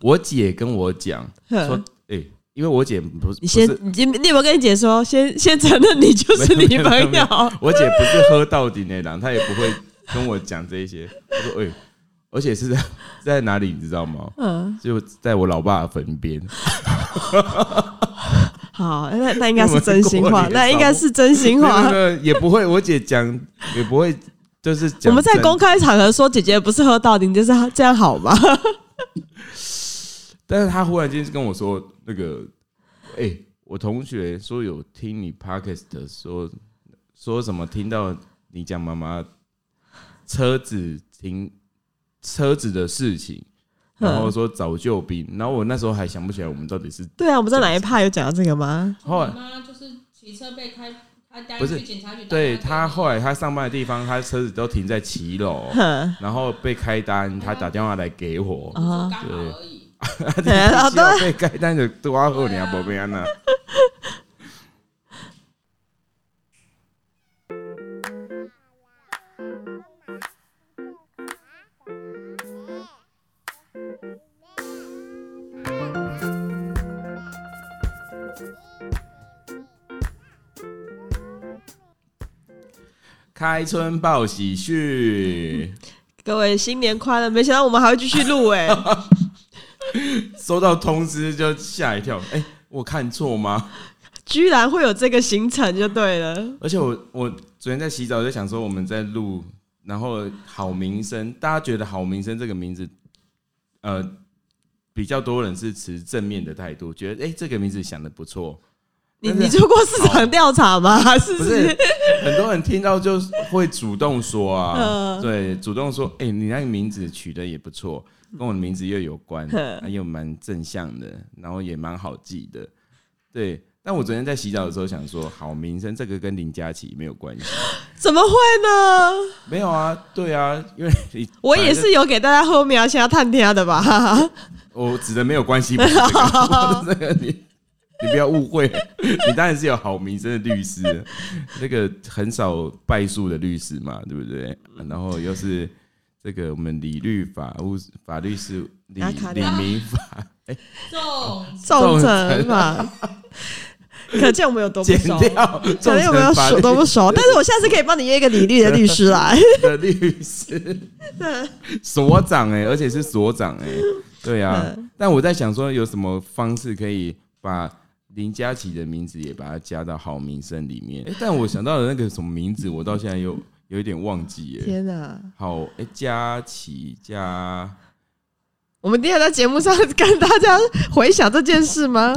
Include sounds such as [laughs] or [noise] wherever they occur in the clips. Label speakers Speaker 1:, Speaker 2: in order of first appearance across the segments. Speaker 1: 我姐跟我讲
Speaker 2: 哼
Speaker 1: 说，哎、因为我姐不是，
Speaker 2: 你先
Speaker 1: 不是，
Speaker 2: 你先你有没有跟你姐说，先先承认你就是
Speaker 1: 没有
Speaker 2: 你
Speaker 1: 没有
Speaker 2: 朋
Speaker 1: 没
Speaker 2: 友
Speaker 1: 有？我姐不是喝到底那档，她也不会跟我讲这一些。她说，哎、而且是在在哪里，你知道吗？
Speaker 2: 嗯，
Speaker 1: 就在我老爸的坟边，
Speaker 2: 好，那那应该是真心话，
Speaker 1: 我们过年
Speaker 2: 那应该是真心话
Speaker 1: 没有。没有没有也不会，我姐讲也不会，就是 [laughs] 讲
Speaker 2: 我们在
Speaker 1: 真
Speaker 2: 公开场合说姐姐不是喝到底，你就是这样好吗？ [laughs]
Speaker 1: 但是他忽然间跟我说，那个，哎、我同学说有听你 podcast 说说什么，听到你讲妈妈车子停车子的事情，
Speaker 2: 嗯
Speaker 1: 然后说找救兵，然后我那时候还想不起来我们到底是
Speaker 2: 对啊，我们在哪一趴有讲到这个吗？
Speaker 1: 后
Speaker 3: 我
Speaker 1: 来。
Speaker 3: 妈就是骑车被开，她带
Speaker 1: 不是
Speaker 3: 去警察局打电话给
Speaker 1: 对
Speaker 3: 你，
Speaker 1: 他后来他上班的地方，他车子都停在骑楼，
Speaker 2: 哼，
Speaker 1: 然后被开单，
Speaker 3: 啊
Speaker 1: 他打电话来给我，
Speaker 3: 我说刚好而已。
Speaker 2: 好
Speaker 1: 只有
Speaker 2: 的，
Speaker 1: 被开单就多阿后娘不被安娜。开春报喜讯，
Speaker 2: 各位新年快乐！没想到我们还会继续录哎、
Speaker 1: 收到通知就吓一跳，哎、我看错吗？
Speaker 2: [laughs] 居然会有这个行程就对了。
Speaker 1: 而且我我昨天在洗澡就想说我们在录，然后好名声，大家觉得好名声这个名字，呃，比较多人是持正面的态度，觉得哎、这个名字想的不错，
Speaker 2: 你
Speaker 1: 但是
Speaker 2: 你做过市场调查吗？ [laughs] 是
Speaker 1: 不
Speaker 2: 不
Speaker 1: 是
Speaker 2: 是？
Speaker 1: 很多人听到就会主动说啊，
Speaker 2: [laughs] 嗯
Speaker 1: 对，主动说，哎、你那个名字取得也不错，跟我的名字又有关，
Speaker 2: 嗯
Speaker 1: 啊又蛮正向的，然后也蛮好记的，对。但我昨天在洗澡的时候想说，好名声这个跟林佳琪没有关系，
Speaker 2: 怎么会呢？
Speaker 1: 没有啊，对啊，因为你
Speaker 2: 我也
Speaker 1: 反
Speaker 2: 是有给大家后面要先要探听的吧。 [laughs]
Speaker 1: 正，我指的没有关系，不是这个，我的这个你你不要误会， [laughs] 你当然是有好名声的律师，那个很少败诉的律师嘛，对不对？然后又是这个我们理律法务法律是理
Speaker 2: 阿啊卡
Speaker 1: 理
Speaker 2: 的
Speaker 1: 民法
Speaker 3: 重
Speaker 1: 重
Speaker 2: 重惩
Speaker 1: 惩 [laughs]
Speaker 2: 罚，可见我们有多不
Speaker 1: 减
Speaker 2: 熟。
Speaker 1: 掉
Speaker 2: 可
Speaker 1: 重
Speaker 2: 见我们
Speaker 1: 惩
Speaker 2: 有
Speaker 1: 法
Speaker 2: 熟
Speaker 1: 律
Speaker 2: 都不熟，但是我下次可以帮你约一个理律的律师
Speaker 1: [laughs]
Speaker 2: 来。
Speaker 1: 的律师，所长哎、而且是所长哎、对啊。但我在想说，有什么方式可以把林佳琪的名字也把它加到好名声里面、欸但我想到的那个什么名字，我到现在又有一点忘记哎、
Speaker 2: 天哪、
Speaker 1: 好，哎、佳琪佳，
Speaker 2: 我们今天在节目上跟大家回想这件事吗？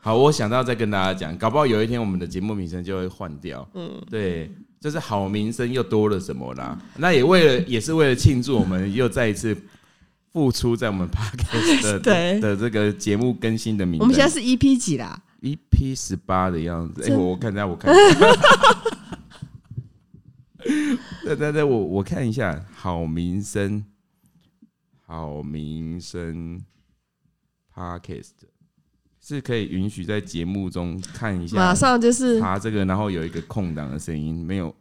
Speaker 1: 好，我想到再跟大家讲，搞不好有一天我们的节目名称就会换掉。嗯，对，就是好名声又多了什么啦？那也为了，也是为了庆祝我们又再一次付出在我们 [laughs] podcast 的
Speaker 2: 对
Speaker 1: 的的这个节目更新的名单。
Speaker 2: 我们现在是 EP 几啦？
Speaker 1: EP 十八的样子，哎、
Speaker 2: 真
Speaker 1: 我我看一下，我看一下。 [laughs] 对对对，我我看一下，好名声，好名声，Podcast 是可以允许在节目中看一下，
Speaker 2: 马上就是
Speaker 1: 查这个，然后有一个空档的声音，没有，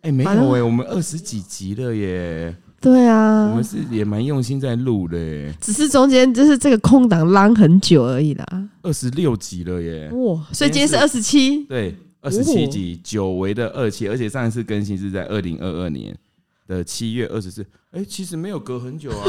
Speaker 1: 哎、没有
Speaker 2: 完了
Speaker 1: 哎、我们二十几集了耶，
Speaker 2: 对
Speaker 1: 我
Speaker 2: 啊
Speaker 1: 们，是也蛮用心在录的耶，
Speaker 2: 只是中间就是这个空档浪很久而已啦。
Speaker 1: 二十六集了耶，
Speaker 2: 哇，所以今天是二十七，
Speaker 1: 对，
Speaker 2: 哦
Speaker 1: 二十七集，久违的二期，而且上一次更新是在二零二二年的七月二十四。哎，其实没有隔很久
Speaker 2: [laughs]
Speaker 1: 啊，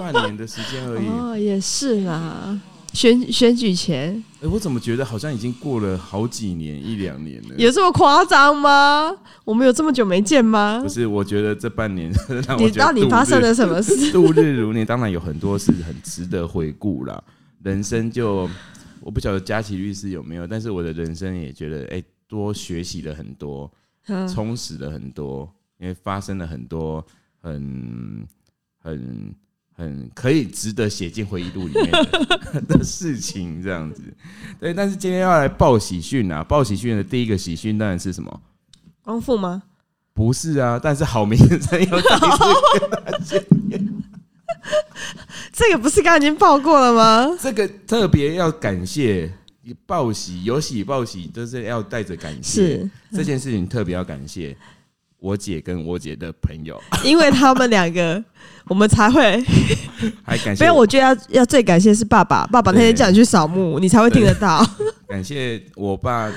Speaker 1: 半年的时间而已。
Speaker 2: 哦，也是啦。选选举前
Speaker 1: 哎，我怎么觉得好像已经过了好几年，一两年了？
Speaker 2: 有这么夸张吗？我们有这么久没见吗
Speaker 1: 不？是，我觉得这半年 [laughs] 让我
Speaker 2: 你
Speaker 1: 觉得
Speaker 2: 到底
Speaker 1: 度
Speaker 2: 发生
Speaker 1: 日
Speaker 2: 了什么
Speaker 1: [laughs]
Speaker 2: 事？
Speaker 1: 度日如年，当然有很多是很值得回顾啦。人生就我不晓得佳琪律师有没有，但是我的人生也觉得，哎、多学习了很多，
Speaker 2: 嗯
Speaker 1: 充实了很多，因为发生了很多很很很可以值得写进回忆录里面
Speaker 2: [laughs]
Speaker 1: 的的事情，这样子。对，但是今天要来报喜讯啊！报喜讯的第一个喜讯当然是什么？
Speaker 2: 光复吗？
Speaker 1: 不是啊，但是好名声又再一次
Speaker 2: 这个不是刚刚已经报过
Speaker 1: [laughs]
Speaker 2: 了吗？
Speaker 1: [laughs] 这个特别要感谢报喜，有喜报喜，就是要带着感谢
Speaker 2: 是
Speaker 1: 这件事情特别要感谢我姐跟我姐的朋
Speaker 2: [laughs]
Speaker 1: 友，
Speaker 2: 因为他们两个，我们才会
Speaker 1: 还感谢
Speaker 2: 没有，我觉得要要最感谢是爸爸，爸爸那天叫你去扫墓，你才会听得到。
Speaker 1: 感谢我爸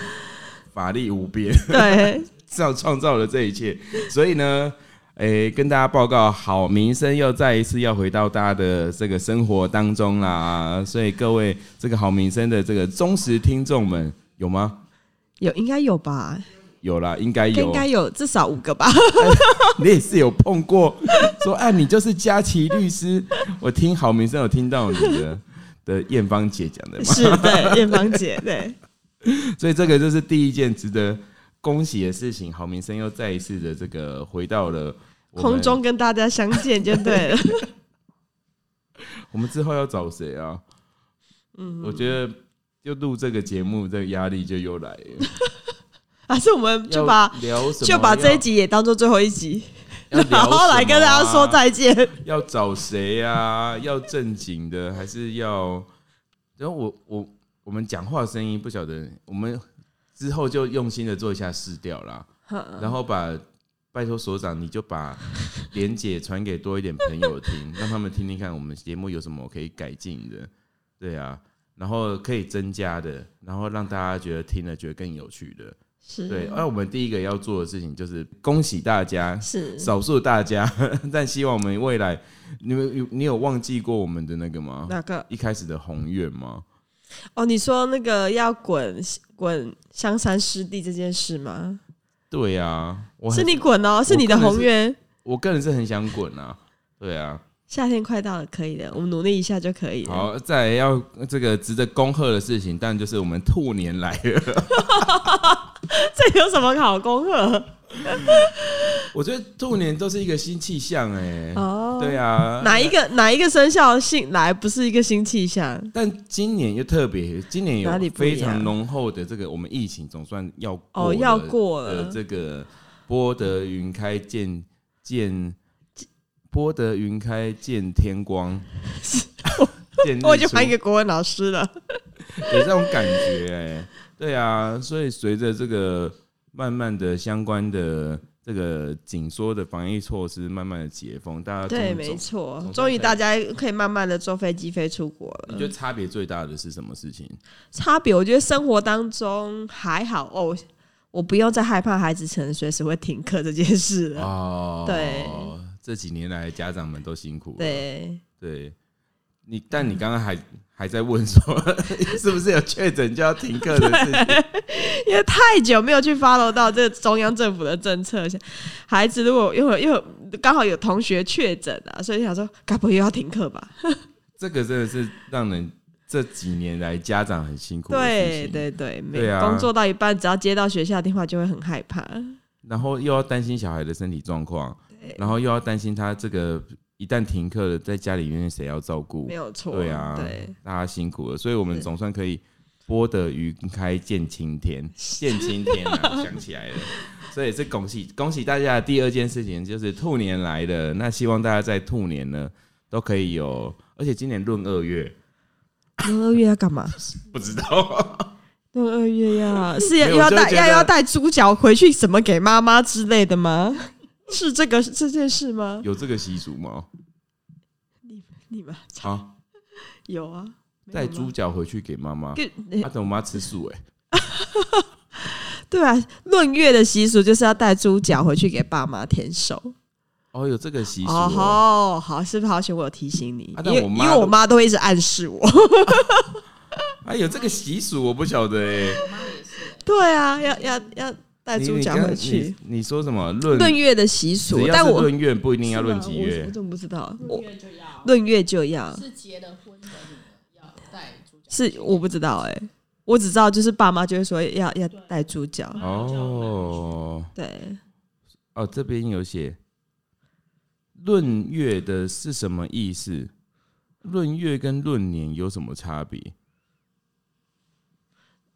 Speaker 1: 法力无边，
Speaker 2: 对，
Speaker 1: 造创造了这一切。所以呢，诶、跟大家报告，好名声又再一次要回到大家的这个生活当中啦。所以各位这个好名声的这个忠实听众们，有吗？
Speaker 2: 有应该有吧，
Speaker 1: 有啦，应该
Speaker 2: 应
Speaker 1: 有。
Speaker 2: 该有至少五个吧。
Speaker 1: [laughs] 你也是有碰过，说哎、你就是佳琪律师。我听好名声有听到你的的艳芳姐讲的嘛，
Speaker 2: 是对，艳芳姐，对，
Speaker 1: 所以这个就是第一件值得恭喜的事情。好名声又再一次的这个回到了我们
Speaker 2: 空中。跟大家相见就对了。
Speaker 1: 我们之后要找谁啊？嗯，我觉得就录这个节目，这个压力就又来了。
Speaker 2: [laughs] 还是我们 [laughs] 就把
Speaker 1: 要聊什么？
Speaker 2: 就把这一集也当做最后一集，
Speaker 1: 啊
Speaker 2: [laughs] 然后来跟大家说
Speaker 1: 在
Speaker 2: 再见。
Speaker 1: 要找谁啊？要正经的还是要？然后我我我们讲话声音不晓得，我们之后就用心的做一下试调啦，然后把拜托所长，你就把莲姐传给多一点朋友听，让他们听听看我们节目有什么可以改进的，对啊，然后可以增加的，然后让大家觉得听了觉得更有趣的，对。
Speaker 2: 是
Speaker 1: 而我们第一个要做的事情就是恭喜大家
Speaker 2: 是，
Speaker 1: 少数大家， [laughs] 但希望我们未来，你们有你有忘记过我们的那个吗？
Speaker 2: 哪个？
Speaker 1: 一开始的宏愿吗？
Speaker 2: 哦，你说那个要滚滚香山湿地这件事吗？
Speaker 1: 对啊，我
Speaker 2: 是
Speaker 1: 很
Speaker 2: 你滚哦，是你的
Speaker 1: 我个人
Speaker 2: 宏
Speaker 1: 是
Speaker 2: 愿。
Speaker 1: 我个人是很想滚啊，对啊。
Speaker 2: 夏天快到了，可以的，我们努力一下就可以了。
Speaker 1: 好，再来要这个值得恭贺的事情，当然就是我们兔年来了。
Speaker 2: [laughs]
Speaker 1: [laughs]
Speaker 2: 这有什么好功课？
Speaker 1: 我觉得兔年都是一个新气象哎、
Speaker 2: 哦
Speaker 1: 对啊，
Speaker 2: 哪一个哪一个生肖性来不是一个新气象？
Speaker 1: 但今年又特别，今年
Speaker 2: 哪里
Speaker 1: 有
Speaker 2: 不一
Speaker 1: 非
Speaker 2: 样
Speaker 1: 常浓厚的这个，我们疫情总算要过
Speaker 2: 哦，要
Speaker 1: 了
Speaker 2: 过
Speaker 1: 呃，
Speaker 2: 了，
Speaker 1: 这个波德云开见见波德云开见天光， [laughs] 见日
Speaker 2: 我已经
Speaker 1: 出
Speaker 2: 还给国文老师了。
Speaker 1: 啊有这种感觉哎、对啊，所以随着这个慢慢的相关的这个紧缩的防疫措施慢慢的解封，大家
Speaker 2: 对，
Speaker 1: 终于
Speaker 2: 没
Speaker 1: 走
Speaker 2: 错
Speaker 1: 总，
Speaker 2: 终于
Speaker 1: 算
Speaker 2: 大家可以慢慢的坐飞机飞出国
Speaker 1: 你觉
Speaker 2: 了。
Speaker 1: 得差别最大的是什么事情？
Speaker 2: 差别，我觉得生活当中还好哦，我不用再害怕孩子可能随时会停课这件事了。
Speaker 1: 哦，
Speaker 2: 嗯对，
Speaker 1: 这几年来家长们都辛苦了。
Speaker 2: 对，
Speaker 1: 对，你但你刚刚还还在问说， [laughs] 是不是有确诊就要停课的事情？
Speaker 2: 因为太久没有去 follow 到这个中央政府的政策，像孩子如果又有又有刚好有同学确诊啊，所以想说，该不会又要停课吧？
Speaker 1: 这个真的是让人这几年来家长很辛苦的事
Speaker 2: 对
Speaker 1: 情，
Speaker 2: 对对，每
Speaker 1: 对啊
Speaker 2: 工作到一半，只要接到学校的电话，就会很害怕。
Speaker 1: 然后又要担心小孩的身体状况，然后又要担心他这个一旦停课了，在家里面谁要照顾
Speaker 2: 没？有错，
Speaker 1: 对啊，
Speaker 2: 对，
Speaker 1: 大家辛苦了，所以我们
Speaker 2: 是
Speaker 1: 总算可以播的云开见晴天，见晴天
Speaker 2: [laughs]
Speaker 1: 啊，想起来了。所以是恭喜恭喜大家的第二件事情就是兔年来了，那希望大家在兔年呢都可以有，而且今年闰二月，
Speaker 2: 闰二月要干嘛？
Speaker 1: [laughs] 不知道
Speaker 2: 闰二月
Speaker 1: [laughs]
Speaker 2: 要是要
Speaker 1: 没有
Speaker 2: 又要
Speaker 1: 我就会
Speaker 2: 带
Speaker 1: 觉得
Speaker 2: 要要带猪脚回去，什么给妈妈之类的吗？是这个这件事吗？
Speaker 1: 有这个习俗
Speaker 2: [laughs]
Speaker 1: 吗？
Speaker 2: 你们
Speaker 1: 啊，
Speaker 2: 有啊？没有
Speaker 1: 带
Speaker 2: 吗
Speaker 1: 猪脚回去给妈妈，
Speaker 2: 跟
Speaker 1: 她等我妈吃素哎、
Speaker 2: 对啊，闰月的习俗就是要带猪脚回去给爸妈填手。
Speaker 1: 哦，有这个习俗、
Speaker 2: 哦
Speaker 1: 哦，
Speaker 2: 吼，好，是不是好险我有提醒你
Speaker 1: 啊？
Speaker 2: 因
Speaker 1: 但
Speaker 2: 为
Speaker 1: 我
Speaker 2: 因
Speaker 1: 妈
Speaker 2: 为
Speaker 1: 都
Speaker 2: 我妈都会一直暗示
Speaker 1: [laughs]
Speaker 2: 我。
Speaker 1: 啊，有这个习俗我不晓得哎、
Speaker 3: 我妈也是，
Speaker 2: 对啊，要要要 [laughs] 带
Speaker 1: 你
Speaker 2: 猪
Speaker 1: 你
Speaker 2: 脚
Speaker 1: 刚
Speaker 2: 回去。
Speaker 1: 你你说什么论？
Speaker 2: 闰月的习俗
Speaker 1: 只，要
Speaker 2: 但
Speaker 1: 是
Speaker 2: 我
Speaker 1: 论月不一定
Speaker 2: 是
Speaker 1: 要论
Speaker 2: 吗
Speaker 1: 几
Speaker 2: 我
Speaker 1: 月
Speaker 2: 我，怎么不知道？
Speaker 3: 六
Speaker 2: 我
Speaker 3: 月就要，
Speaker 2: 闰月就要
Speaker 3: 是结了婚的女儿要带主角，
Speaker 2: 是我不知道哎、我只知道就是爸妈就会说要要带猪脚，
Speaker 1: 哦
Speaker 2: 对，
Speaker 1: 哦，这边有写“闰月”的是什么意思？闰月跟闰年有什么差别？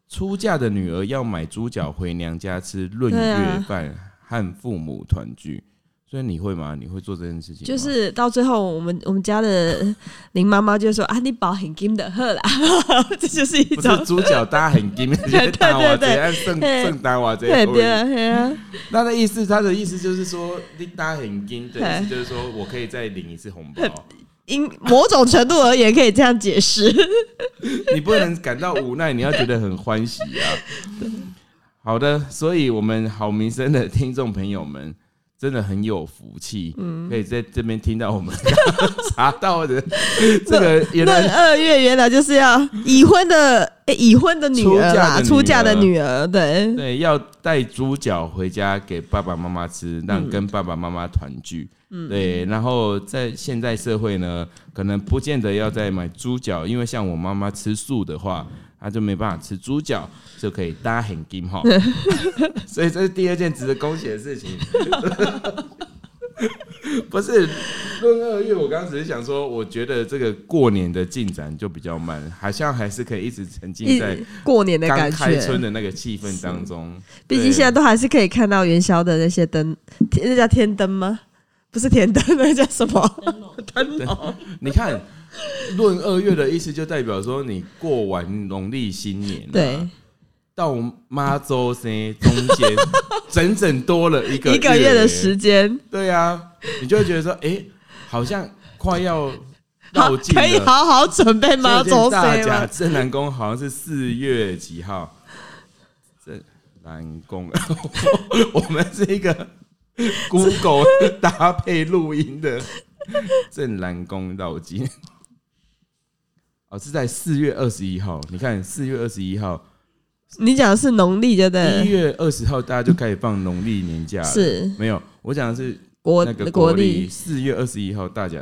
Speaker 1: 出嫁的女儿要买猪脚回娘家吃闰
Speaker 2: 对
Speaker 1: 月
Speaker 2: 啊
Speaker 1: 饭，和父母团聚，所以你会吗？你会做这件事情吗？
Speaker 2: 就是到最后，我们我们家的林妈妈就说啊，你保很金的喝啦， [laughs] 这就是一
Speaker 1: 不
Speaker 2: 种
Speaker 1: 是主角大家很金，
Speaker 2: 对
Speaker 1: 打瓦
Speaker 2: [laughs] 对对
Speaker 1: 贼，按圣
Speaker 2: 嘿
Speaker 1: 圣打瓦
Speaker 2: 对
Speaker 1: 贼。
Speaker 2: 对啊对啊，
Speaker 1: 哦那的意思，他的意思就是说，你大家很金的
Speaker 2: 嘿
Speaker 1: 意思就是说我可以再领一次红包，
Speaker 2: 因某种程度而言可以这样解释。
Speaker 1: 你不能感到无奈，你要觉得很欢喜啊。好的，所以我们好民生的听众朋友们真的很有福气，
Speaker 2: 嗯
Speaker 1: 可以在这边听到我们 [laughs] 查到的这个原
Speaker 2: 那
Speaker 1: 来
Speaker 2: 二月原来就是要已婚的、诶已婚的女儿啦，出
Speaker 1: 出嫁
Speaker 2: 嫁的
Speaker 1: 的
Speaker 2: 女
Speaker 1: 女
Speaker 2: 儿，对
Speaker 1: 对，要带猪脚回家给爸爸妈妈吃，让跟爸爸妈妈团聚。对，然后在现代社会呢，可能不见得要再买猪脚，因为像我妈妈吃素的话，她就没办法吃猪脚，就可以搭很金哈。所以这是第二件值得恭喜的事情。 [laughs] 不是闰二月，我刚刚只是想说，我觉得这个过年的进展就比较慢，好像还是可以一直沉浸
Speaker 2: 一
Speaker 1: 在
Speaker 2: 过年的
Speaker 1: 刚
Speaker 2: 感
Speaker 1: 开春
Speaker 2: 觉。
Speaker 1: 的那个气氛当中，
Speaker 2: 毕竟
Speaker 1: 对
Speaker 2: 现在都还是可以看到元宵的那些灯，天那叫天灯吗？不是天灯，那叫什么？灯笼。
Speaker 1: 你看闰二月的意思，就代表说你过完农历新年、啊，
Speaker 2: 对，
Speaker 1: 到妈周生中
Speaker 2: [laughs]
Speaker 1: 间整整多了一个
Speaker 2: 一个月的时，间，
Speaker 1: 对啊，你就会觉得说，哎、好像快要
Speaker 2: 好
Speaker 1: 绕近
Speaker 2: 可以
Speaker 1: 了。
Speaker 2: 好好准 [laughs] 备妈
Speaker 1: 最近
Speaker 2: 祖
Speaker 1: 大
Speaker 2: 岁
Speaker 1: 甲
Speaker 2: 吗？
Speaker 1: 镇南宫好像是四月几号？镇南宫， [laughs] 我们是一
Speaker 2: [laughs]
Speaker 1: 个 Google 搭配录音的镇南宫绕境。哦，是在四月二十一号。你看，四月二十一号，
Speaker 2: 你讲的是农历，对不
Speaker 1: 一
Speaker 2: 对？
Speaker 1: 月二十号大家就开始放农历年假了。
Speaker 2: 是
Speaker 1: 没有，我讲的是
Speaker 2: 国
Speaker 1: 那个
Speaker 2: 国
Speaker 1: 国
Speaker 2: 历
Speaker 1: 历，，四月二十一号大甲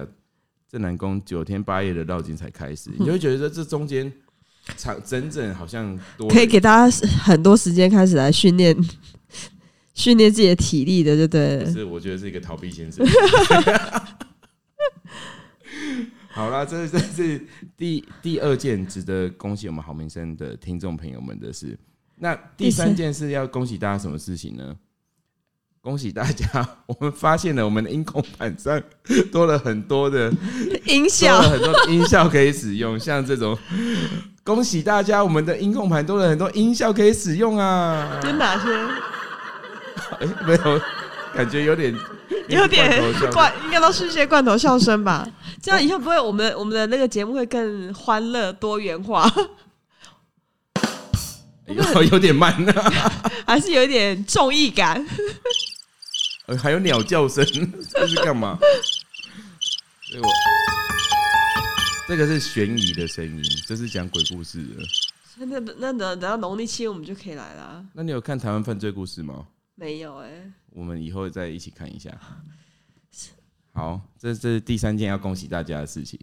Speaker 1: 镇南宫九天八夜的绕境才开始，你就会觉得这中间长整整好像多了
Speaker 2: 可以给大家很多时间开始来训练， [laughs] 训练自己的体力的，就对了。
Speaker 1: 是我觉得是一个逃避先生。 [laughs] 好啦，这这是第第二件值得恭喜我们好民生的听众朋友们的事。那第三件事要恭喜大家什么事情呢？恭喜大家， [laughs] 我们发现了我们的音控板上多了很多的多
Speaker 2: 音
Speaker 1: 了
Speaker 2: 效，
Speaker 1: 很多的音效可以使用，像这
Speaker 2: [laughs]
Speaker 1: 种。恭喜大家，我们的音控盘多了很多音效可以使用
Speaker 2: [laughs]
Speaker 1: 啊！
Speaker 2: 有哪些？
Speaker 1: 哎、没有，感觉有点
Speaker 2: 有点
Speaker 1: 罐头效应
Speaker 2: 罐，应该都是一些罐头笑声吧？这样以后不会，我们我们的那个节目会更欢乐多元化， [laughs]
Speaker 1: 有有点慢啊呢、
Speaker 2: 还是有一点综艺感？
Speaker 1: 呃还有鸟叫声， [laughs] 这是干嘛？对我，这个是悬疑的声音，这是讲鬼故事的。
Speaker 2: 那那等等到农历七月我们就可以来啦。
Speaker 1: 那你有看台湾犯罪故事吗？
Speaker 2: 没有哎、
Speaker 1: 我们以后再一起看一下。好，这这是第三件要恭喜大家的事情。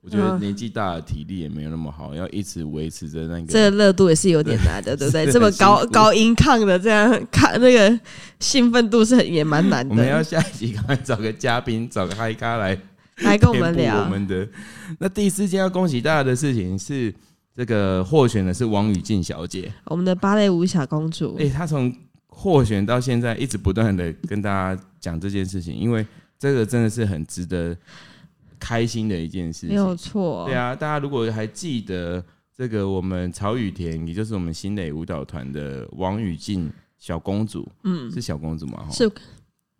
Speaker 1: 我觉得
Speaker 2: 嗯
Speaker 1: 年纪大了，体力也没有那么好，要一直维持着那
Speaker 2: 这
Speaker 1: 个。
Speaker 2: 个热度也是有点难的，对不对？
Speaker 1: 是
Speaker 2: 这么
Speaker 1: 很辛
Speaker 2: 高
Speaker 1: 苦
Speaker 2: 高音抗的，这样看那个兴奋度是很也蛮难
Speaker 1: 我们要
Speaker 2: 的。
Speaker 1: 下一集赶快找个嘉宾，找个嗨咖来
Speaker 2: 来跟我
Speaker 1: 填
Speaker 2: 们
Speaker 1: 补
Speaker 2: 聊，
Speaker 1: 我们的。那第四件要恭喜大家的事情是，这个获选的是王雨静小姐。
Speaker 2: 我们的芭蕾舞小公主，
Speaker 1: 哎、她从获选到现在一直不断的跟大家讲这件事情，因为这个真的是很值得开心的一件事
Speaker 2: 没
Speaker 1: 情。
Speaker 2: 有错。
Speaker 1: 对啊，大家如果还记得这个，我们曹雨田，也就是我们新蕾舞蹈团的王雨静小公主，
Speaker 2: 嗯，
Speaker 1: 是哦小公主吗？吼
Speaker 2: 是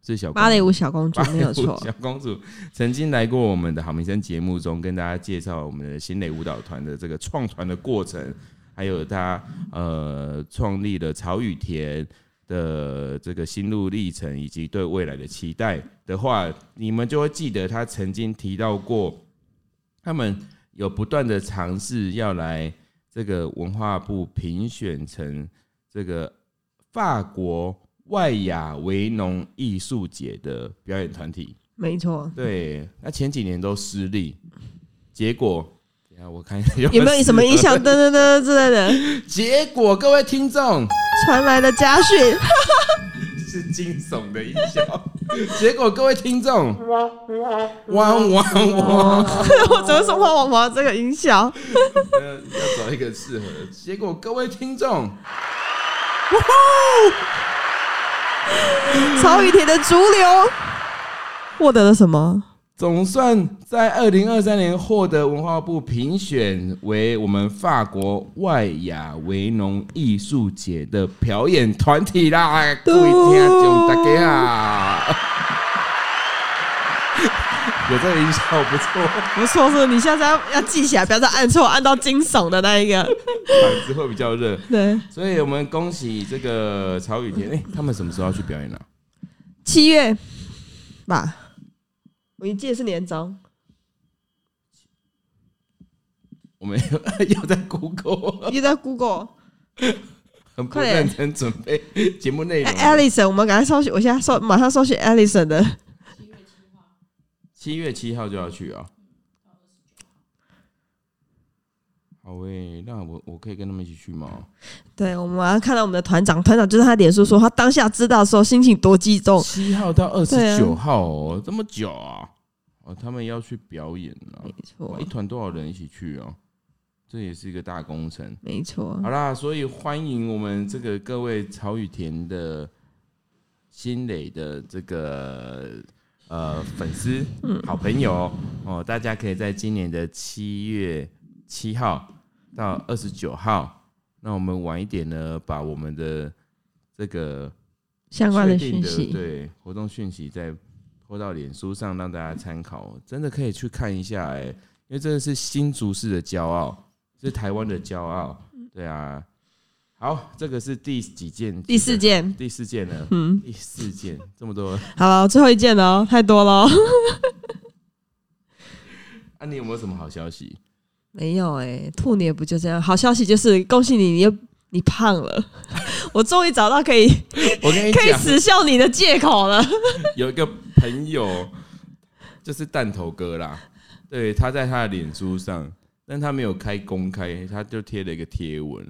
Speaker 1: 是小公主
Speaker 2: 芭蕾舞小公主
Speaker 1: 芭，
Speaker 2: 没
Speaker 1: 蕾
Speaker 2: 有
Speaker 1: 舞
Speaker 2: 错。
Speaker 1: 小公主曾经来过我们的好民生节目中，跟大家介绍我们的新蕾舞蹈团的这个创团的过程，还有她呃创立了曹雨田的这个心路历程，以及对未来的期待的话，你们就会记得她曾经提到过，他们有不断的尝试要来这个文化部评选成这个法国外亚维农艺术节的表演团体。
Speaker 2: 没错，
Speaker 1: 对，那前几年都失利，结果。等一下我看一
Speaker 2: [laughs]
Speaker 1: 下有
Speaker 2: 有没有什么
Speaker 1: 适合 [laughs]
Speaker 2: 影响？？噔噔噔之类的，
Speaker 1: 结果各位听众
Speaker 2: 传来的家训， [laughs]
Speaker 1: 是惊悚的音效。结果各位听众，汪汪汪， [laughs]
Speaker 2: 我怎么说汪汪汪这个音效？
Speaker 1: 呃要找一个适合的。结果各位听众，
Speaker 2: [laughs] 曹雨田的逐流获得了什么？
Speaker 1: 总算在二零二三年获得文化部评选为我们法国外亚维农艺术节的表演团体啦！各位听众大家好， [laughs] 有这个音效不错，
Speaker 2: 不错，是你下次要要记起来，不要再按错，按到惊悚的那一个。
Speaker 1: 嗓子会比较热，
Speaker 2: 对，
Speaker 1: 所以我们恭喜这个曹雨田。哎、他们什么时候要去表演呢、啊
Speaker 2: 七月吧，我一记得是年终。
Speaker 1: 我们要 [laughs] 在 Google
Speaker 2: 又在 Google，
Speaker 1: 很不
Speaker 2: 快点
Speaker 1: 认真准备节目内容。
Speaker 2: 哎，Alison，我们赶快搜寻，我现在搜，马上搜寻 Alison 的。
Speaker 1: 七月七号就要去啊。好诶、那我我可以跟他们一起去吗？
Speaker 2: 对，我们马上看到我们的团长，团长就是他脸书说，他当下知道的时候心情多激动，
Speaker 1: 七号到二十
Speaker 2: 对
Speaker 1: 九
Speaker 2: 啊
Speaker 1: 号哦，这么久啊？哦，他们要去表演了、
Speaker 2: 没
Speaker 1: 哇
Speaker 2: 错
Speaker 1: 一，团多少人一起去哦？这也是一个大工程。
Speaker 2: 没错，
Speaker 1: 好啦，所以欢迎我们这个各位曹雨田的新磊的这个呃粉丝、好朋友哦，大家可以在今年的七月七号到二十九号，那我们晚一点呢，把我们的这个
Speaker 2: 相关的
Speaker 1: 确定
Speaker 2: 讯息，
Speaker 1: 对活动讯息再抛到脸书上让大家参考，真的可以去看一下哎、因为真的是新竹市的骄傲，是台湾的骄傲，对啊。好，这个是第几件？
Speaker 2: 第四，件，
Speaker 1: 第四件呢？
Speaker 2: 嗯，
Speaker 1: 第四件这么多，
Speaker 2: 好了，最后一件了哦，太多了哦，
Speaker 1: 啊，你有没有什么好消息？
Speaker 2: 没有哎、兔年不就这样？好消息就是恭喜你，你又你胖 [laughs] 了，我终于找到可以
Speaker 1: 我跟你
Speaker 2: 可以
Speaker 1: 讲，
Speaker 2: 耻笑你的借
Speaker 1: [laughs]
Speaker 2: 口了。
Speaker 1: 有一个朋友就是弹头哥啦，对，他在他的脸书上，但他没有开公开，他就贴了一个贴文，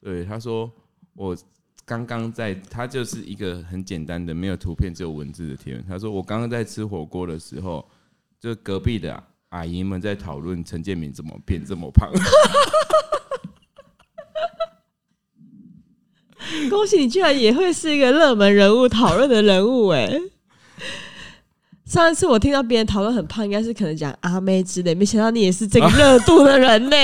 Speaker 1: 对，他说我刚刚在，他就是一个很简单的没有图片只有文字的贴文，他说我刚刚在吃火锅的时候，就隔壁的阿姨们在讨论陈建明怎么变这么胖， [laughs]
Speaker 2: 恭喜你，居然也会是一个热门人物、讨论的人物哎、上一次我听到别人讨论很胖，应该是可能讲阿妹之类，没想到你也是这个热度的人呢、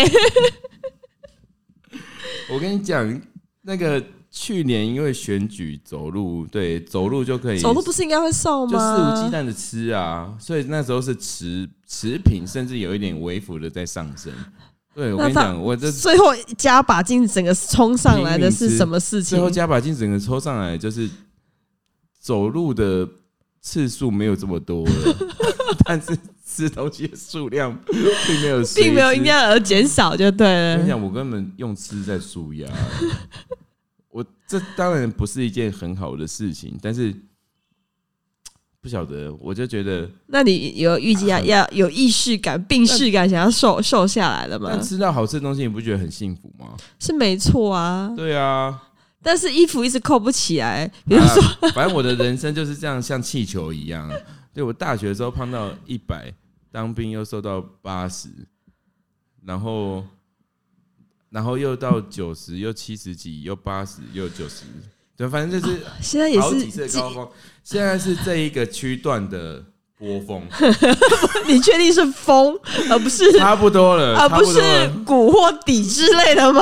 Speaker 1: 我跟你讲那个。去年因为选举走路， [laughs] 对走路就可以
Speaker 2: 走路不是应该会瘦
Speaker 1: 就肆无
Speaker 2: 吗？
Speaker 1: 忌惮的吃啊，所以那时候是持持平，甚至有一点微幅的在上升。对我
Speaker 2: 那
Speaker 1: 跟你
Speaker 2: 他
Speaker 1: 讲，我这
Speaker 2: 最后加把劲，整个冲上来的是什么事
Speaker 1: 最
Speaker 2: 情
Speaker 1: 后？加把劲整个抽上来，就是走路的次数没有这么多
Speaker 2: [laughs]
Speaker 1: 了，但是吃东西的数量并没有随之
Speaker 2: 并没有因。量而减少，就对
Speaker 1: 我跟你
Speaker 2: 了。
Speaker 1: 讲，我根本用吃在舒压。我这当然不是一件很好的事情，但是不晓得，我就觉得
Speaker 2: 那你有预计
Speaker 1: 啊
Speaker 2: 要要有意识感、病视感，想要瘦瘦下来了吗
Speaker 1: 但？吃到好吃的东西，你不觉得很幸福吗？
Speaker 2: 是没错啊，
Speaker 1: 对 [laughs] 啊，
Speaker 2: 但是衣服一直扣不起来，比如
Speaker 1: 啊
Speaker 2: 说
Speaker 1: 反正我的人生就是这样，像气球一样。对我大学的时候胖到一百，当兵又瘦到八十，然后，然后又到九十，又七十几，又八十，又九十，对，反正就是
Speaker 2: 现在啊也
Speaker 1: 好
Speaker 2: 是
Speaker 1: 几次的高峰。现在是这一个区段的波
Speaker 2: [laughs]
Speaker 1: 峰，
Speaker 2: [laughs] 你确定是
Speaker 1: [laughs]
Speaker 2: 风，而不是
Speaker 1: 差不多了，
Speaker 2: 而
Speaker 1: 差
Speaker 2: 啊不
Speaker 1: 不多
Speaker 2: 是
Speaker 1: 了。
Speaker 2: 蛊惑底之类的吗？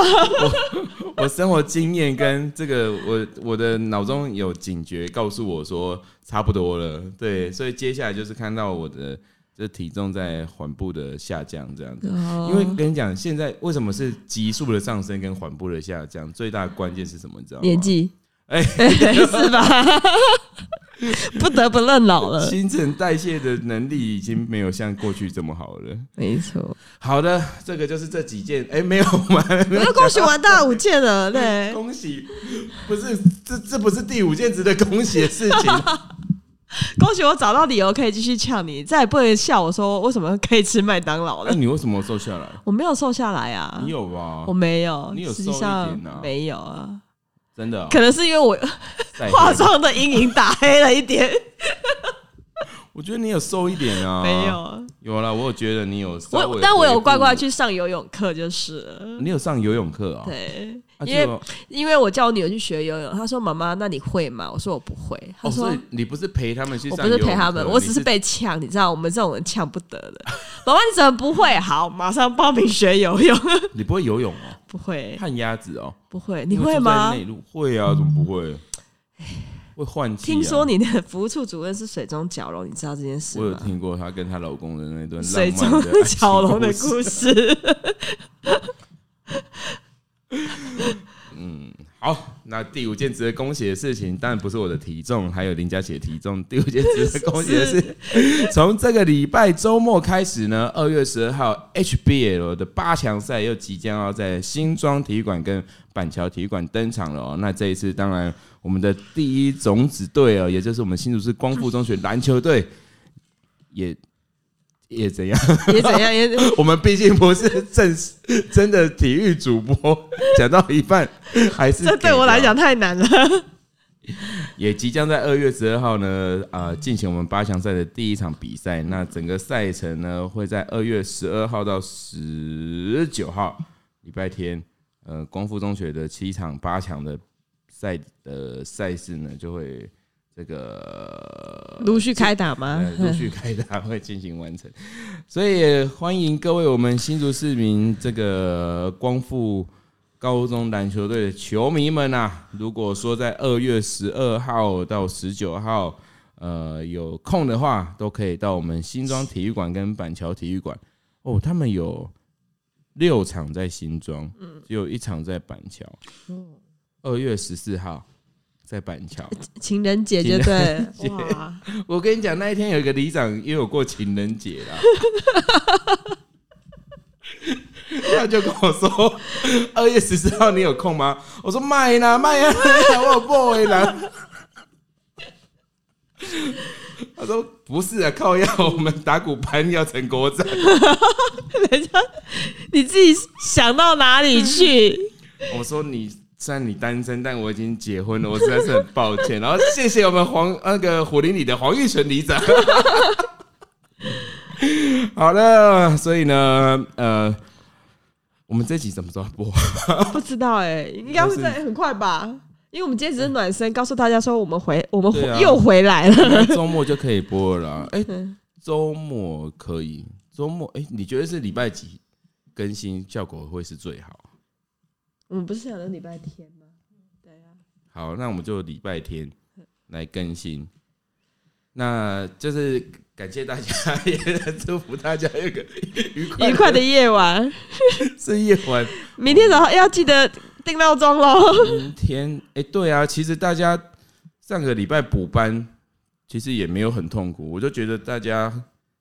Speaker 1: 我生活经验跟这个，我我的脑中有警觉告诉我说差不多了，对，所以接下来就是看到我的这体重在缓步的下降这样子。
Speaker 2: 哦
Speaker 1: 因为跟你讲，现在为什么是急速的上升跟缓步的下降，最大的关键是什么？你知道吗？
Speaker 2: 年 [laughs] 纪，
Speaker 1: 哎
Speaker 2: 是 [laughs] 吧？不得不认老了，
Speaker 1: 新陈代谢的能力已经没有像过去这么好了。
Speaker 2: 没错。
Speaker 1: 好的，这个就是这几件。哎、没有，我们还没
Speaker 2: 我要恭喜完大五
Speaker 1: [laughs]
Speaker 2: 件了嘞！
Speaker 1: 恭喜，不是这这不是第五件值得恭喜的事情。
Speaker 2: 恭喜我找到理由可以继续呛你，再也不能笑我说为什么可以吃麦当劳
Speaker 1: 那、哎
Speaker 2: 了。
Speaker 1: 你为什么瘦下来？
Speaker 2: 我没有瘦下来啊
Speaker 1: 你，有吧？
Speaker 2: 我没有，
Speaker 1: 你有
Speaker 2: 实际
Speaker 1: 瘦
Speaker 2: 上
Speaker 1: 一点啊
Speaker 2: 没有啊，
Speaker 1: 真的哦、
Speaker 2: 可能是因为我 [laughs]
Speaker 1: 晒黑
Speaker 2: 化，妆的阴影打黑了一点，
Speaker 1: 我觉得你有瘦一点啊。
Speaker 2: 没，有。
Speaker 1: 有啦，我有觉得你有稍微
Speaker 2: 我但我有乖乖
Speaker 1: 恢
Speaker 2: 去上游泳课就是了。
Speaker 1: 复，你有上游泳课啊、
Speaker 2: 对，
Speaker 1: 啊
Speaker 2: 因为
Speaker 1: 就
Speaker 2: 因为我叫我女儿去学游泳，她说妈妈，那你会吗？我说我不会。她
Speaker 1: 哦，
Speaker 2: 说、
Speaker 1: 所以你不是陪他们去
Speaker 2: 我不
Speaker 1: 上
Speaker 2: 是
Speaker 1: 游泳课，
Speaker 2: 陪他们，我只
Speaker 1: 你
Speaker 2: 是
Speaker 1: 是
Speaker 2: 被呛，你知道我们这种人呛不得的。妈妈，你怎么不会？好，马上报名学游泳。 [laughs]
Speaker 1: 你不会游泳哦，
Speaker 2: 不会，
Speaker 1: 旱鸭子哦，
Speaker 2: 不会，你
Speaker 1: 因为
Speaker 2: 会
Speaker 1: 住在
Speaker 2: 吗？
Speaker 1: 内陆会啊，怎么不会？会换气啊。
Speaker 2: 听说你的服务处主任是水中角龙，你知道这件事
Speaker 1: 我有
Speaker 2: 吗？
Speaker 1: 听过她跟她老公的那段
Speaker 2: 水
Speaker 1: 浪
Speaker 2: 中
Speaker 1: 漫的爱情
Speaker 2: 角龙的
Speaker 1: 故事。
Speaker 2: 故
Speaker 1: [laughs]
Speaker 2: 事，
Speaker 1: 好，那第五件值得恭喜的事情，当然不是我的体重，还有林佳琪的体重。第五件值得恭喜的
Speaker 2: [laughs]
Speaker 1: 是， [laughs] 从这个礼拜周末开始呢，二月十二号 HBL 的八强赛又即将要在新庄体育馆跟板桥体育馆登场了、哦。那这一次，当然我们的第一种子队哦，也就是我们新竹市光复中学篮球队，也也怎样？ [laughs]
Speaker 2: 也怎样？也
Speaker 1: 我们毕竟不是正式真的体育主播，讲到一半还是
Speaker 2: 这对我来讲太
Speaker 1: [laughs]
Speaker 2: 难了。
Speaker 1: 也即将在二月十二号呢，呃，进行我们八强赛的第一场比赛。那整个赛程呢，会在二月十二号到十九号，礼拜天，呃，光复中学的七场八强的赛的赛事呢，就会这个
Speaker 2: 陆续开打吗
Speaker 1: 呃？陆续开打会进行完成，所以也欢迎各位我们新竹市民这个光复高中篮球队的球迷们啊，如果说在二月十二号到十九号，呃，有空的话，都可以到我们新庄体育馆跟板桥体育馆哦，他们有六场在新庄，只有一场在板桥。二月十四号在板桥，
Speaker 2: 情人节就对，
Speaker 1: [laughs]
Speaker 2: 哇，
Speaker 1: 我跟你讲，那一天有一个里长也有过情人节啦， [laughs] 他就跟我说：“二月十四号你有空吗？”我说：“卖啦，卖啊，卖啊我有 boy 啦。”他说：“不是啊，靠要我们打鼓班要成国战。”
Speaker 2: 你自己想到哪里 [laughs] 去？
Speaker 1: 我说你虽然你单身，但我已经结婚了，我实在是很抱歉。然后谢谢我们黄呃那个火林里的黄玉纯里长。 [laughs] 好了，所以呢，呃，我们这集什么时候播？ [laughs]
Speaker 2: 不知道哎、应该会在很快吧，因为我们今天只是暖身，告诉大家说我们回，我们回
Speaker 1: 对啊
Speaker 2: 又回来了。
Speaker 1: [laughs] 周末就可以播了啦。哎、周末可以，周末哎、你觉得是礼拜几更新效果会是最好？
Speaker 2: 我们不是想到礼拜天吗？对啊，
Speaker 1: 好，那我们就礼拜天来更新。那就是感谢大家，也祝福大家有个愉快
Speaker 2: 愉快的夜晚，
Speaker 1: 深夜晚。
Speaker 2: 明天早上要记得定闹
Speaker 1: [laughs]
Speaker 2: 钟喽。
Speaker 1: 明天，哎、对啊，其实大家上个礼拜补班，其实也没有很痛苦，我就觉得大家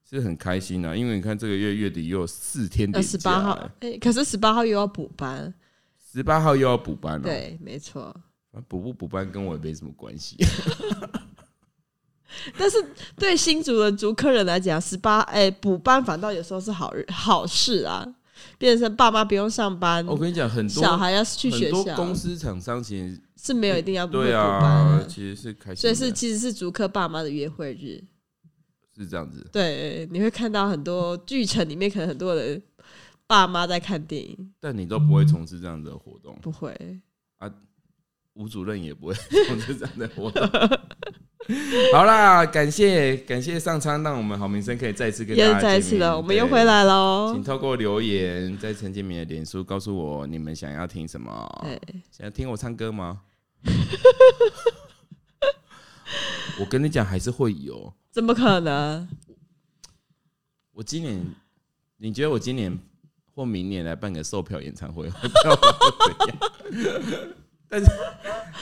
Speaker 1: 是很开心啊，因为你看这个月月底又有四天的
Speaker 2: 呃，十八号，
Speaker 1: 欸
Speaker 2: 哎、可是十八号又要补班，
Speaker 1: 十八号又要补班了、啊
Speaker 2: 对，没错。
Speaker 1: 补不补班跟我也没什么关系。
Speaker 2: 但是对新竹的竹科人来讲，十八哎补班反倒有时候是好日好事啊，变成爸妈不用上班，
Speaker 1: [laughs] 我跟你讲，很多
Speaker 2: 小孩要去学
Speaker 1: 很多
Speaker 2: 校，
Speaker 1: 公司厂商其实
Speaker 2: 是没有一定要补
Speaker 1: 对
Speaker 2: 班、
Speaker 1: 啊，其实是开心的，
Speaker 2: 所以是其实是竹科爸妈的约会日。
Speaker 1: 是这样子。
Speaker 2: 对，你会看到很多剧城里面可能很多人爸妈在看电影，
Speaker 1: 但你都不会从事这样子的活动，
Speaker 2: 不会。
Speaker 1: 吴主任也不会 [laughs] 从事这样的活动。好啦，感谢感谢上苍，让我们好名声可以再次跟大
Speaker 2: 又
Speaker 1: 家
Speaker 2: 再一
Speaker 1: 见
Speaker 2: 次
Speaker 1: 面
Speaker 2: 了，我们又
Speaker 1: 对
Speaker 2: 回来喽
Speaker 1: 请。透过留言在陈建明的脸书告诉我你们想要听什么
Speaker 2: 对。
Speaker 1: 想要听我唱歌吗？ [laughs] 我跟你讲，还是会有。
Speaker 2: 怎么可能？
Speaker 1: 我今年，你觉得我今年或明年来办个售票演唱会， [laughs] 会不知道会怎样？但是，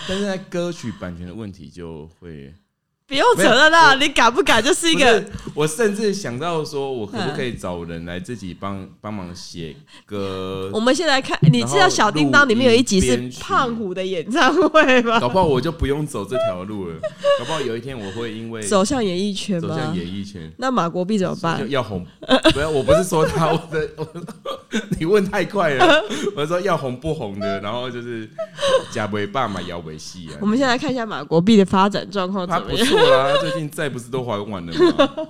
Speaker 1: 但是在歌曲版权的问题就会，
Speaker 2: 不用
Speaker 1: 没
Speaker 2: 扯
Speaker 1: 有
Speaker 2: 了啦，你敢不敢就是一个
Speaker 1: 不是我甚至想到说，我可不可以找人来自己帮帮忙写歌
Speaker 2: 我？们先来看，你知道小叮当里面有一集是胖虎的演唱会
Speaker 1: 搞
Speaker 2: 吗？
Speaker 1: 不好我就不用走这条路了。搞不好有一天我会因为
Speaker 2: 走向演艺圈
Speaker 1: 走向
Speaker 2: 吗？
Speaker 1: 演艺圈。
Speaker 2: 那马国碧怎么
Speaker 1: 就
Speaker 2: 办？
Speaker 1: 要红，不要，我不是说他，我的， [laughs] 我你问太快
Speaker 2: [laughs]
Speaker 1: 了，我是说要红不红的，然后就是假为爸嘛，摇为戏啊
Speaker 2: 我。们先来看一下马国碧的发展状况
Speaker 1: 他
Speaker 2: 怎么
Speaker 1: 不
Speaker 2: 样。 [laughs]
Speaker 1: 错啦，最近债不是都还完了吗？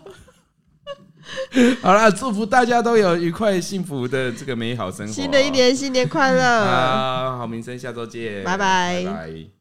Speaker 1: 好啦，祝福大家都有愉快幸福的这个美好生活。
Speaker 2: 新的一年新年快乐！
Speaker 1: 啊，好名声，下周见，
Speaker 2: 拜拜
Speaker 1: 拜拜